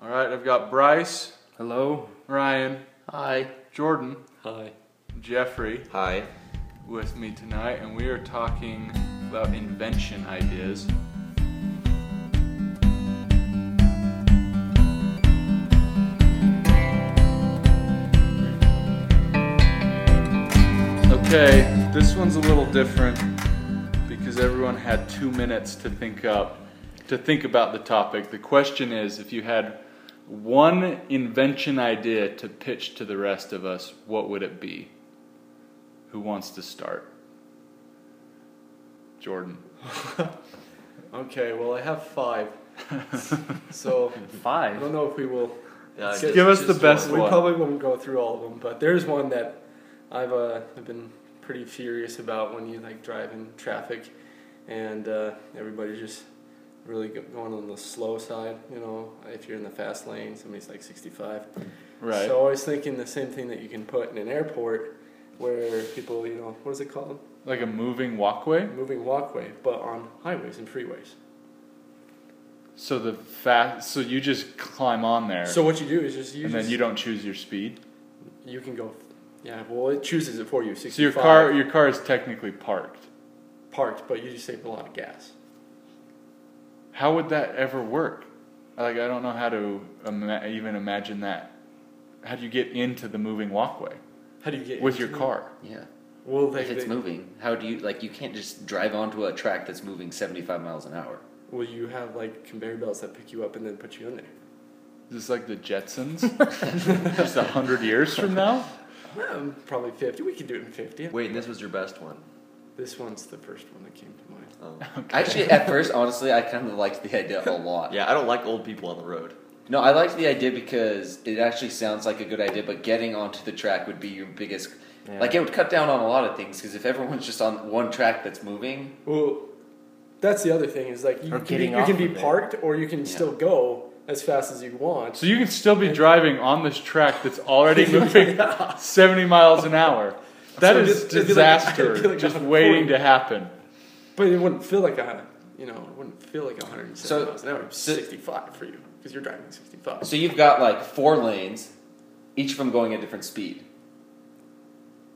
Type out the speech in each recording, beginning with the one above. All right, I've got Bryce, Hello. Ryan, Hi. Jordan, Hi. Jeffrey Hi. with me tonight, and we are talking about invention ideas. Okay, this one's a little different because everyone had two minutes to think up, to think about the topic. The question is, if you had one invention idea to pitch to the rest of us, what would it be? Who wants to start? Jordan. Okay, well, I have five. so I Five. don't know if we will. Yeah, It's just- Give us the just best We one. probably won't go through all of them, but there's one that I've uh, have been pretty furious about when you like drive in traffic, and uh, everybody's just really go- going on the slow side. You know, if you're in the fast lane, somebody's like 65. Right. So I was thinking the same thing that you can put in an airport, where people, you know, what is it called? like a moving walkway. Moving walkway, but on highways and freeways. So the fast. So you just climb on there, So what you do is just you and just, then you don't choose your speed. You can go. Yeah, well, it chooses it for you. 65 So your car, your car is technically parked. parked, but you just save a lot of gas. How would that ever work? Like I don't know how to ima- even imagine that. How do you get into the moving walkway How do you get with into your car? Yeah. Well, they, if it's they- moving, how do you like? You can't just drive onto a track that's moving seventy-five miles an hour. well, you have like conveyor belts that pick you up and then put you in there. Is this like the Jetsons? Just a hundred years from now? Um, probably fifty. We could do it in fifty. Wait, and this was your best one. This one's the first one that came to mind. Um, Actually, at first, honestly, I kind of liked the idea a lot. yeah, I don't like old people on the road. No, I liked the idea because it actually sounds like a good idea, but getting onto the track would be your biggest. Like, it would cut down on a lot of things because if everyone's just on one track that's moving, Well, that's the other thing is like you Or can be, getting you can off be of it. parked or you can Yeah. still go as fast as you want. So you can still be driving on this track that's already moving 70 miles an hour. That So is just- it'd be like- disaster it'd be like just 140. waiting to happen. But it wouldn't feel like a you know it wouldn't feel like 170 So- miles an hour. It'd be so- 65 for you because you're driving 65. so you've got like four lanes, each of them going at different speed,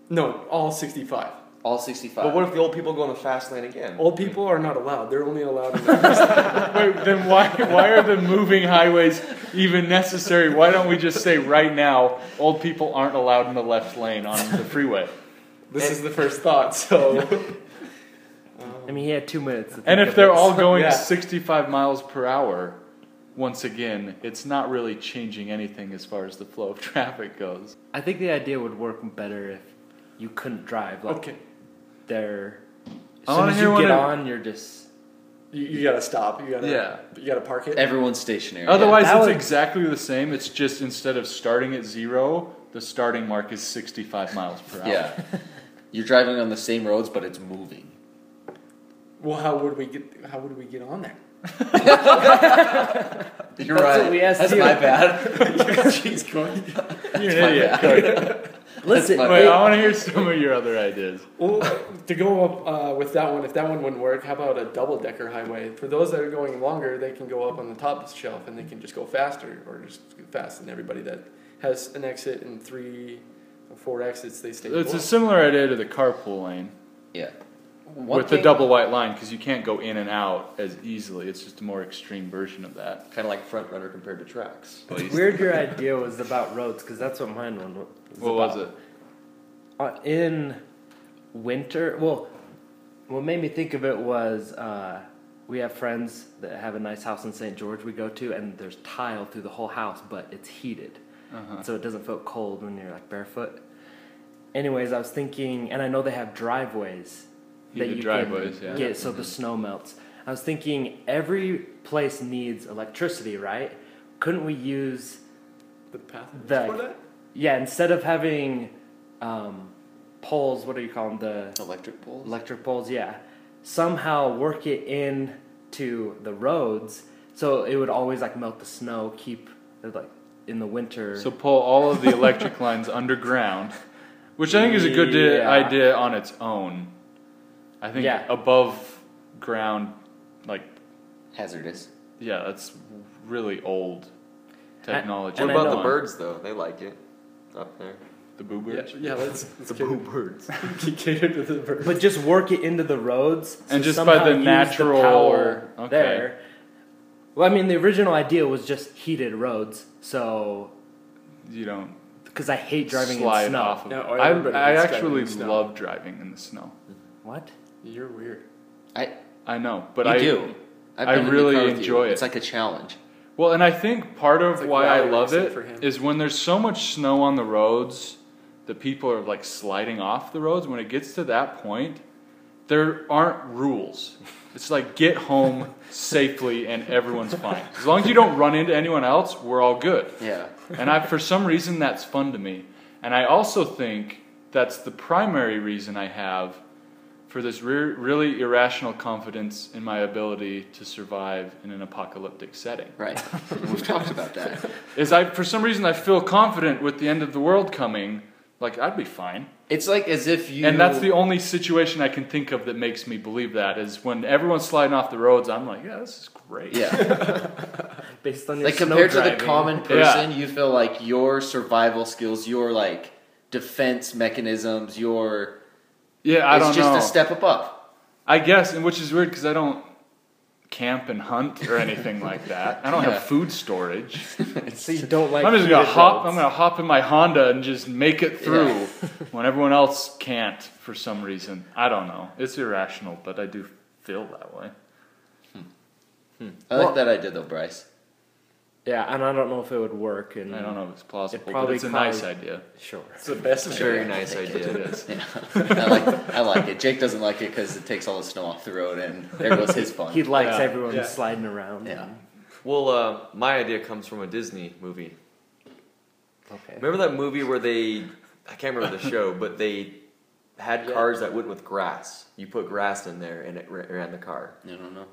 no, all 65. all 65. But what if the old people go on the fast lane again? Old people are not allowed. They're only allowed. In Wait, then why, why are the moving highways even necessary? Why don't we just say right now, old people aren't allowed in the left lane on the freeway? This is the first thought, so. I mean, he had two minutes. To And think if of they're it. all going Yeah. 65 miles per hour, once again, it's not really changing anything as far as the flow of traffic goes. I think the idea would work better if you couldn't drive. Like okay. They're. As I soon wanna as hear you one get of- on, you're just. You, you gotta stop. You gotta. Yeah. You gotta park it. Everyone's stationary. Otherwise, that it's would- exactly the same. It's just instead of starting at zero, the starting mark is 65 miles per hour. Yeah. You're driving on the same roads, but it's moving. Well, how would we get? How would we get on there? You're That's right. what we asked That's you. my bad. She's going. You're an idiot. Sorry. Listen, my Wait, it- I want to hear some of your other ideas. Well, to go up uh, with that one, if that one wouldn't work, how about a double decker highway? For those that are going longer, they can go up on the top shelf and they can just go faster, or just fast than everybody that has an exit and three, or four exits. They stay. It's below. a similar idea to the carpool lane yeah. with the double white line because you can't go in and out as easily. It's just a more extreme version of that. Kind of like front runner compared to tracks. it's weird your idea was about roads because that's what mine one was. What was it? uh, in winter well what made me think of it was uh, we have friends that have a nice house in st george we go to and there's tile through the whole house but it's heated Uh-huh. so it doesn't feel cold when you're like barefoot anyways i was thinking and i know they have driveways Heated driveways, can yeah. Mm-hmm. get so the snow melts i was thinking every place needs electricity right couldn't we use the path. The- for that? yeah instead of having um, poles what do you call them the Electric poles. electric poles, yeah, somehow work it in to the roads so it would always like melt the snow, keep like in the winter. So pull all of the electric lines underground, which I think is a good di- Yeah. idea on its own. I think Yeah. above ground, like Hazardous. yeah, that's really old. technology. And what I about know the I'm- birds though? They like it up there. The boo Yeah, birds? yeah let's, let's The cater, boo birds. cater to the birds. But just work it into the roads so And just by somehow the use natural- power okay. there. Well, I mean, the original idea was just heated roads, so You don't because I hate driving slide in snow. off of No, I I, remember I driving in actually snow. love driving in the snow. What? You're weird. I I know, but you I do. I've I been in the really car with you. enjoy it. It's like a challenge. Well, and I think part of It's like why I rally love racing it for him. is when there's so much snow on the roads that people are like sliding off the roads. When it gets to that point, there aren't rules. It's like get home safely and everyone's fine. As long as you don't run into anyone else, we're all good. Yeah. And I, for some reason, that's fun to me. And I also think that's the primary reason I have for this re- really irrational confidence in my ability to survive in an apocalyptic setting. Right. We've talked about that. Is I, for some reason, I feel confident with the end of the world coming. Like I'd be fine. It's like as if you And that's the only situation I can think of that makes me believe that is when everyone's sliding off the roads. I'm like, yeah, this is great. yeah. Based on your Like snow compared to the driving. common Yeah. person, you feel like your survival skills, your like defense mechanisms, your Yeah, I it's don't just know. a step above. I guess, and which is weird because I don't camp and hunt or anything like that. I don't Yeah. have food storage. So you don't like. I'm just gonna heated hop. roads. I'm gonna hop in my Honda and just make it through when everyone else can't for some reason. I don't know. It's irrational, but I do feel that way. I like that idea though, Bryce. Yeah, and I don't know if it would work. And I don't know if it's plausible, but probably it's a nice caused- idea. Sure. It's the best. Very nice It idea. is. I like I like it. Jake doesn't like it because it takes all the snow off the road, and there goes his fun. He likes Yeah. everyone Yeah. sliding around. Yeah. Well, uh, my idea comes from a Disney movie. Okay. Remember that movie where they, I can't remember the show, but they had Yeah. cars that went with grass. You put grass in there and it ra- ran the car. I don't know.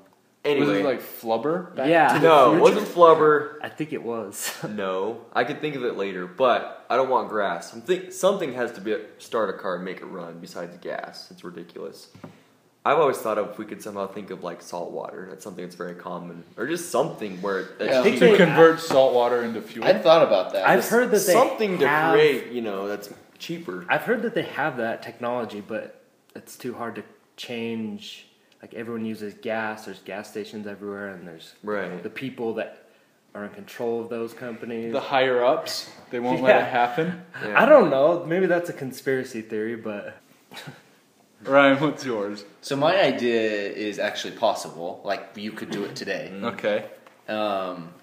Anyway, Was it like flubber? yeah. no, it wasn't flubber. I think it was. No, I could think of it later, but I don't want grass. Something something has to be start a car and make it run besides gas. It's ridiculous. I've always thought of if we could somehow think of like salt water. That's something that's very common, or just something where that's Yeah. cheap. To convert salt water into fuel. I thought about that. I've heard that they something to have- create. You know, that's cheaper. I've heard that they have that technology, but it's too hard to change. Like everyone uses gas. There's gas stations everywhere, and there's Right. the people that are in control of those companies. the higher ups, they won't let Yeah. it happen. Yeah. I don't know. Maybe that's a conspiracy theory, but Ryan, what's yours? so my idea is actually possible. Like you could do it today. Okay. Um,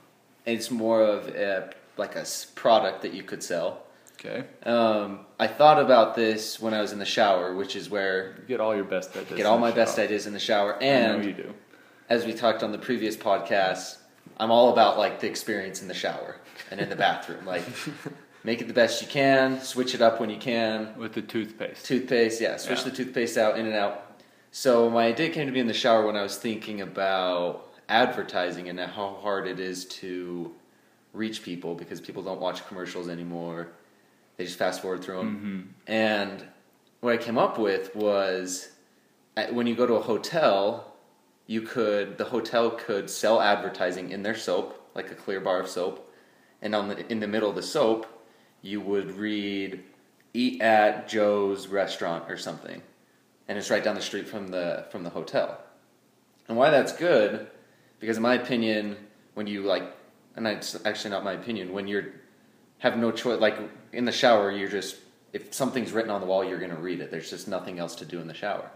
it's more of a, like a s- product that you could sell. Okay. Um, I thought about this when I was in the shower, which is where You get all your best ideas. I get all in the my best shower. ideas in the shower. I know you And do. as we talked on the previous podcast, I'm all about like the experience in the shower and in the bathroom. Like, make it the best you can. Switch it up when you can. With the toothpaste. Toothpaste, yeah. Switch Yeah. the toothpaste out, in and out. So my idea came to me in the shower when I was thinking about advertising and how hard it is to reach people because people don't watch commercials anymore. They just fast forward through them. Mm-hmm. And what I came up with was at- when you go to a hotel, you could the hotel could sell advertising in their soap, like a clear bar of soap, and on the in the middle of the soap, you would read "Eat at Joe's Restaurant" or something, and it's right down the street from the from the hotel. And why that's good, because in my opinion, when you like, and it's actually not my opinion, when you're have no choice, like in the shower, you're just if something's written on the wall, you're gonna read it. There's just nothing else to do in the shower.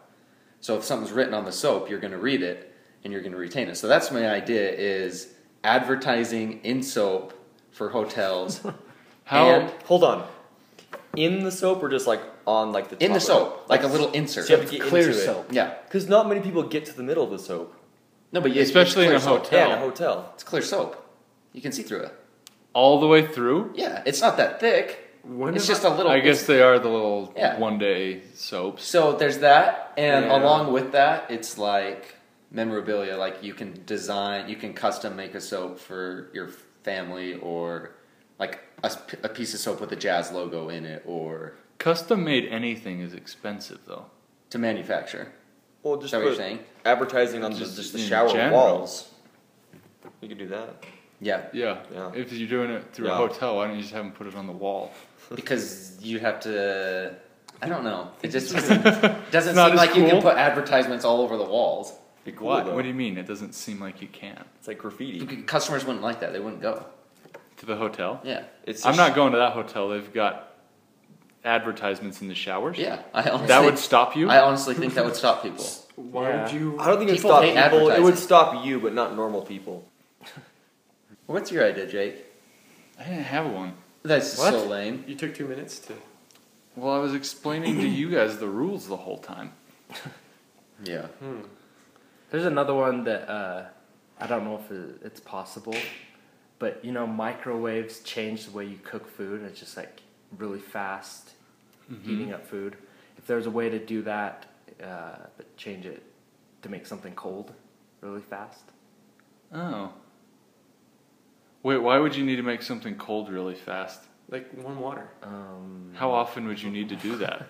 So if something's written on the soap, you're gonna read it and you're gonna retain it. So that's my idea: is advertising in soap for hotels How And- Hold on. In the soap or just like on like the top in the of it? soap, like a little insert. So you have to get clear into soap. Yeah, Because not many people get to the middle of the soap. no, but it's- it's Especially in clear a soap. hotel. Yeah, in a hotel. It's clear soap. You can see through it. All the way through? Yeah, it's not that thick. When it's have just a little. I guess they are the little Yeah. one day soaps. So there's that, and Yeah. along with that, it's like memorabilia. Like you can design, you can custom make a soap for your family, or like a, s- a piece of soap with a jazz logo in it, or Custom made anything is expensive though. to manufacture. Well, just Is that what you're put saying? advertising on Just just, just the in shower general. walls. You could do that. Yeah, Yeah. Yeah. If you're doing it through a Yeah. hotel, why don't you just have them put it on the wall? because you have to. I don't know. It just doesn't, doesn't Not seem as like you cool. can put advertisements all over the walls. Be cool, Why? though. What do you mean? It doesn't seem like you can. It's like graffiti. Customers wouldn't like that. They wouldn't go. To the hotel? Yeah, It's I'm just- not going to that hotel. They've got advertisements in the showers. yeah. I honestly, That would stop you? I honestly think that would stop people. Why would Yeah. you? I don't think it would People stop hate people. It advertising. would stop you, but not normal people. What's your idea, Jake? I didn't have one. That's What? so lame. You took two minutes to. Well, I was explaining to you guys the rules the whole time. Yeah. There's another one that uh, I don't know if it- it's possible, but you know, microwaves change the way you cook food. It's just like really fast Mm-hmm. heating up food. If there's a way to do that, uh, but change it to make something cold really fast. Oh. Wait, why would you need to make something cold really fast? Like warm water. Um, Mm-hmm. How often would you need to do that?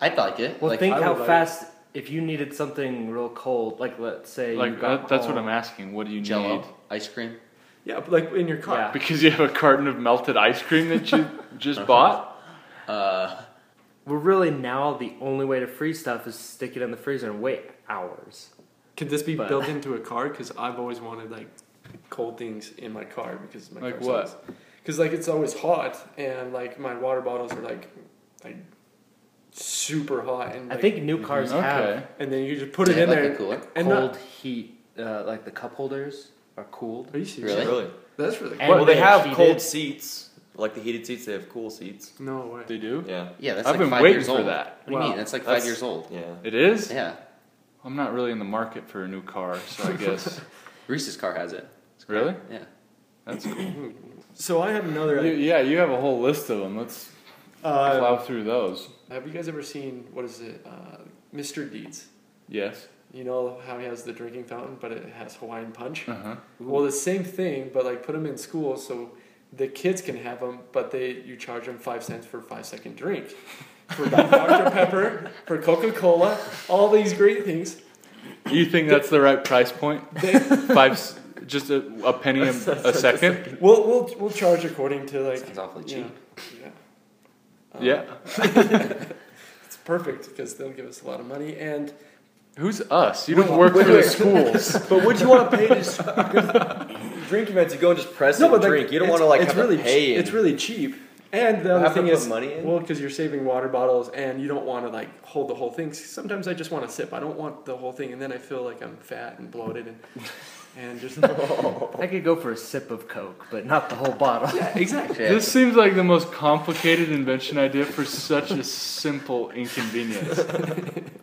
I'd like it. well, like, think I how would like- fast if you needed something real cold, like let's say you Like got that, that's what home- I'm asking. What do you Jello, need? ice cream. Yeah, but like in your car. Yeah. Because you have a carton of melted ice cream that you just bought? Uh, We're really now the only way to freeze stuff is stick it in the freezer and wait hours. Could this be But- built into a car? Because I've always wanted like cold things in my car because my Like car's what? Because like it's always hot and like my water bottles are like like super hot and I like- think new cars have mm-hmm. Okay. and then you just put it yeah, in like there A cooler. and cold not- heat, uh, like the cup holders are cooled. Are you serious? Really? Really? That's really And well, they they're have heated. cold seats. Like the heated seats, they have cool seats. No way. They do? Yeah. Yeah, that's I've like been five waiting years for old. that. What do you Wow. mean? That's like That's- five years old. Yeah. It is? Yeah. I'm not really in the market for a new car, so I guess. Reese's car has it. really? Yeah. That's cool. So I have another. You- yeah, you have a whole list of them. Let's Uh, plow through those. have you guys ever seen what is it, uh, Mr. Deeds? Yes. You know how he has the drinking fountain, but it has Hawaiian Uh-huh. punch. Uh huh. Mm-hmm. Well, the same thing, but like put them in school so the kids can have them, but they you charge them five cents for a five second drink. For Dr. Pepper, for Coca Cola, all these great things. You think that's the right price point? Five, s- just a, a penny a, a second? We'll we'll we'll charge according to like. Sounds awfully you know, yeah. Um, Yeah. It's perfect because they'll give us a lot of money and Who's us? You don't work for the schools. But would you want to pay to s- 'cause drink events? You go and just press it and like, drink. You don't it's- want to like it's have really to pay. che- It's and- really cheap. And the other Have to thing put is, money in? well, because you're saving water bottles and you don't want to like hold the whole thing. Sometimes I just want to sip. I don't want the whole thing, and then I feel like I'm fat and bloated and and just I could go for a sip of Coke, but not the whole bottle. exactly. Yeah. This seems like the most complicated invention idea for such a simple inconvenience.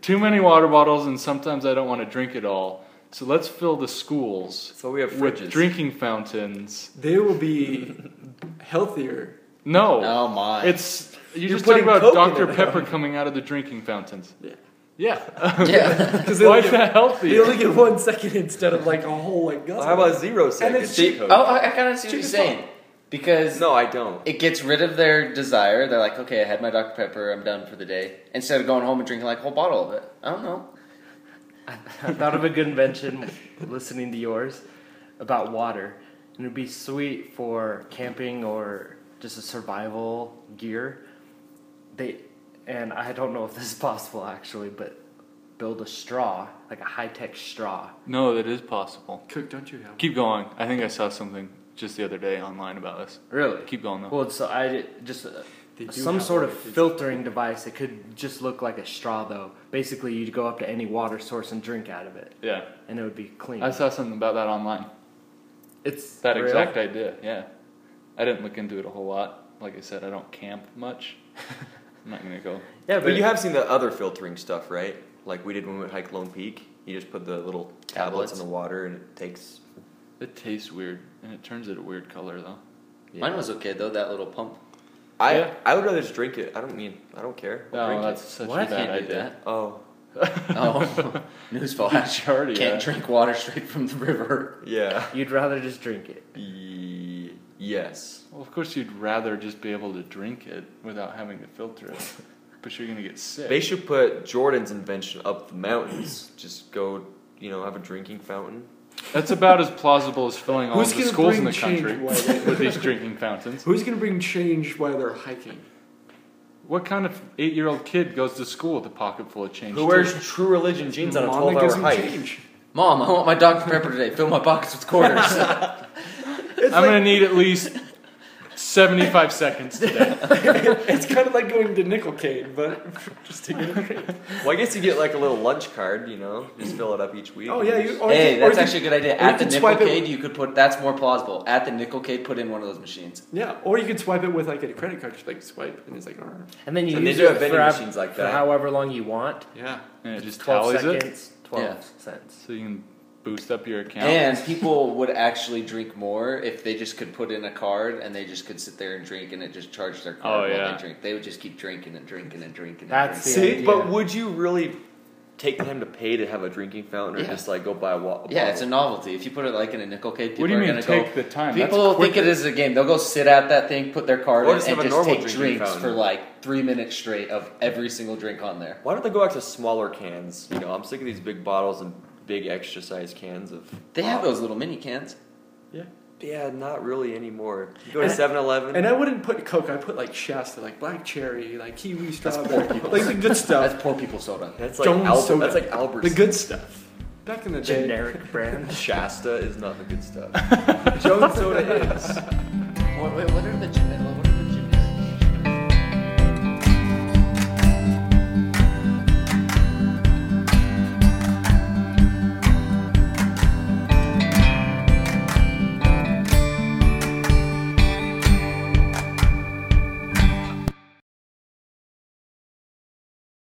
Too many water bottles, and sometimes I don't want to drink it all. So let's fill the schools so we have with fridges. drinking fountains. They will be healthier. No, Oh my. it's you You're just talking putting about Coke in Dr it. Pepper coming out of the drinking fountains. Yeah. Yeah, yeah. Because they, why only is get- that healthy? they only get one second instead of like a whole like. Well, Gusset. how about zero And seconds? it's cheap. Oh, I, I kind of see what Chicken you're saying. Because No, I don't. it gets rid of their desire. They're like, okay, I had my Dr. Pepper. I'm done for the day. Instead of going home and drinking like a whole bottle of it. I don't know. I thought of a good invention listening to yours about water. And it'd be sweet for camping or just a survival gear. They and I don't know if this is possible actually, but build a straw, like a high tech straw. No, that is possible. Cook, don't you have? Keep going. I think I saw something just the other day online about this. Really? Keep going though. Well, so I did- just uh, They do some have sort one. of filtering device. It could just look like a straw, though. Basically, you'd go up to any water source and drink out of it, Yeah, and it would be clean. I saw something about that online. it's That real? exact idea, yeah. I didn't look into it a whole lot. Like I said, I don't camp much. I'm not gonna go. Yeah, But you have seen the other filtering stuff, right? Like we did when we went hike Lone Peak. You just put the little tablets, Tablets. in the water, and it takes. It tastes weird, and it turns it a weird color though. Yeah. Mine was okay though. That little pump. I Yeah. I would rather just drink it. I don't mean I don't care. I'll No, drink Oh, that's it. such What? a bad Can't do idea. Oh Oh, newsflash. Charity, Can't yeah. drink water straight from the river. yeah. You'd rather just drink it. E- yes. Well, of course, you'd rather just be able to drink it without having to filter it, but you're gonna get sick. They should put Jordan's invention up the mountains. just go, you know, have a drinking fountain. That's about as plausible as filling all Who's of the gonna schools in bring the country change while they- with these drinking fountains. Who's gonna bring change while they're hiking? What kind of eight-year-old kid goes to school with a pocket full of change? Who too? wears true religion jeans on a Mom that gives 12-hour them hike? change. Mom, I want my Dr. Pepper today. Fill my pockets with quarters. I'm gonna need at least seventy-five seconds today. It's kind of like going to Nickelcade, but just to get a drink. Well, I guess you get like a little lunch card, you know, just fill it up each week. Oh and yeah, you you. Or hey, you, could- or that's you actually a good idea. or you At the could swipe it- Nickelcade, you could put that's more plausible. At the Nickelcade, put in one of those machines. Could, yeah, or you could swipe it with like a credit card. Just like swipe, and it's like, "Arr." And then you And they use do it have vending for, machines like for that. however long you want. yeah. And it just 12 tallies it, seconds, 12 cents. so you can boost up your account. And people would actually drink more if they just could put in a card and they just could sit there and drink and it just charged their Oh, card while yeah. they drink. They would just keep drinking and drinking and drinking. And That's drinking. the See, idea. but would you really take the time to pay to have a drinking fountain, or Yeah. just like go buy a wa- a Yeah, it's a bottle? novelty. If you put it like in a Nickelcade, people what do you are mean gonna take go. the time? That's People think quicker. it is a game. They'll go sit at that thing, put their card Or in, just and have a just normal take drinking drinks fountain. for like three minutes straight of every single drink on there. Why don't they go out to smaller cans? You know, I'm sick of these big bottles and big extra size cans of. They have those little mini cans. Yeah. Yeah, not really anymore. You go to And- 7 And Eleven. I wouldn't put Coke. I put like Shasta, like black cherry, like kiwi strawberry, poor people. like the good stuff. That's poor people soda. That's like, Jones Albert, soda. that's like Albert's. the good stuff. Back in the day. Generic brand. Shasta is not the good stuff. Jones soda is. What, what are the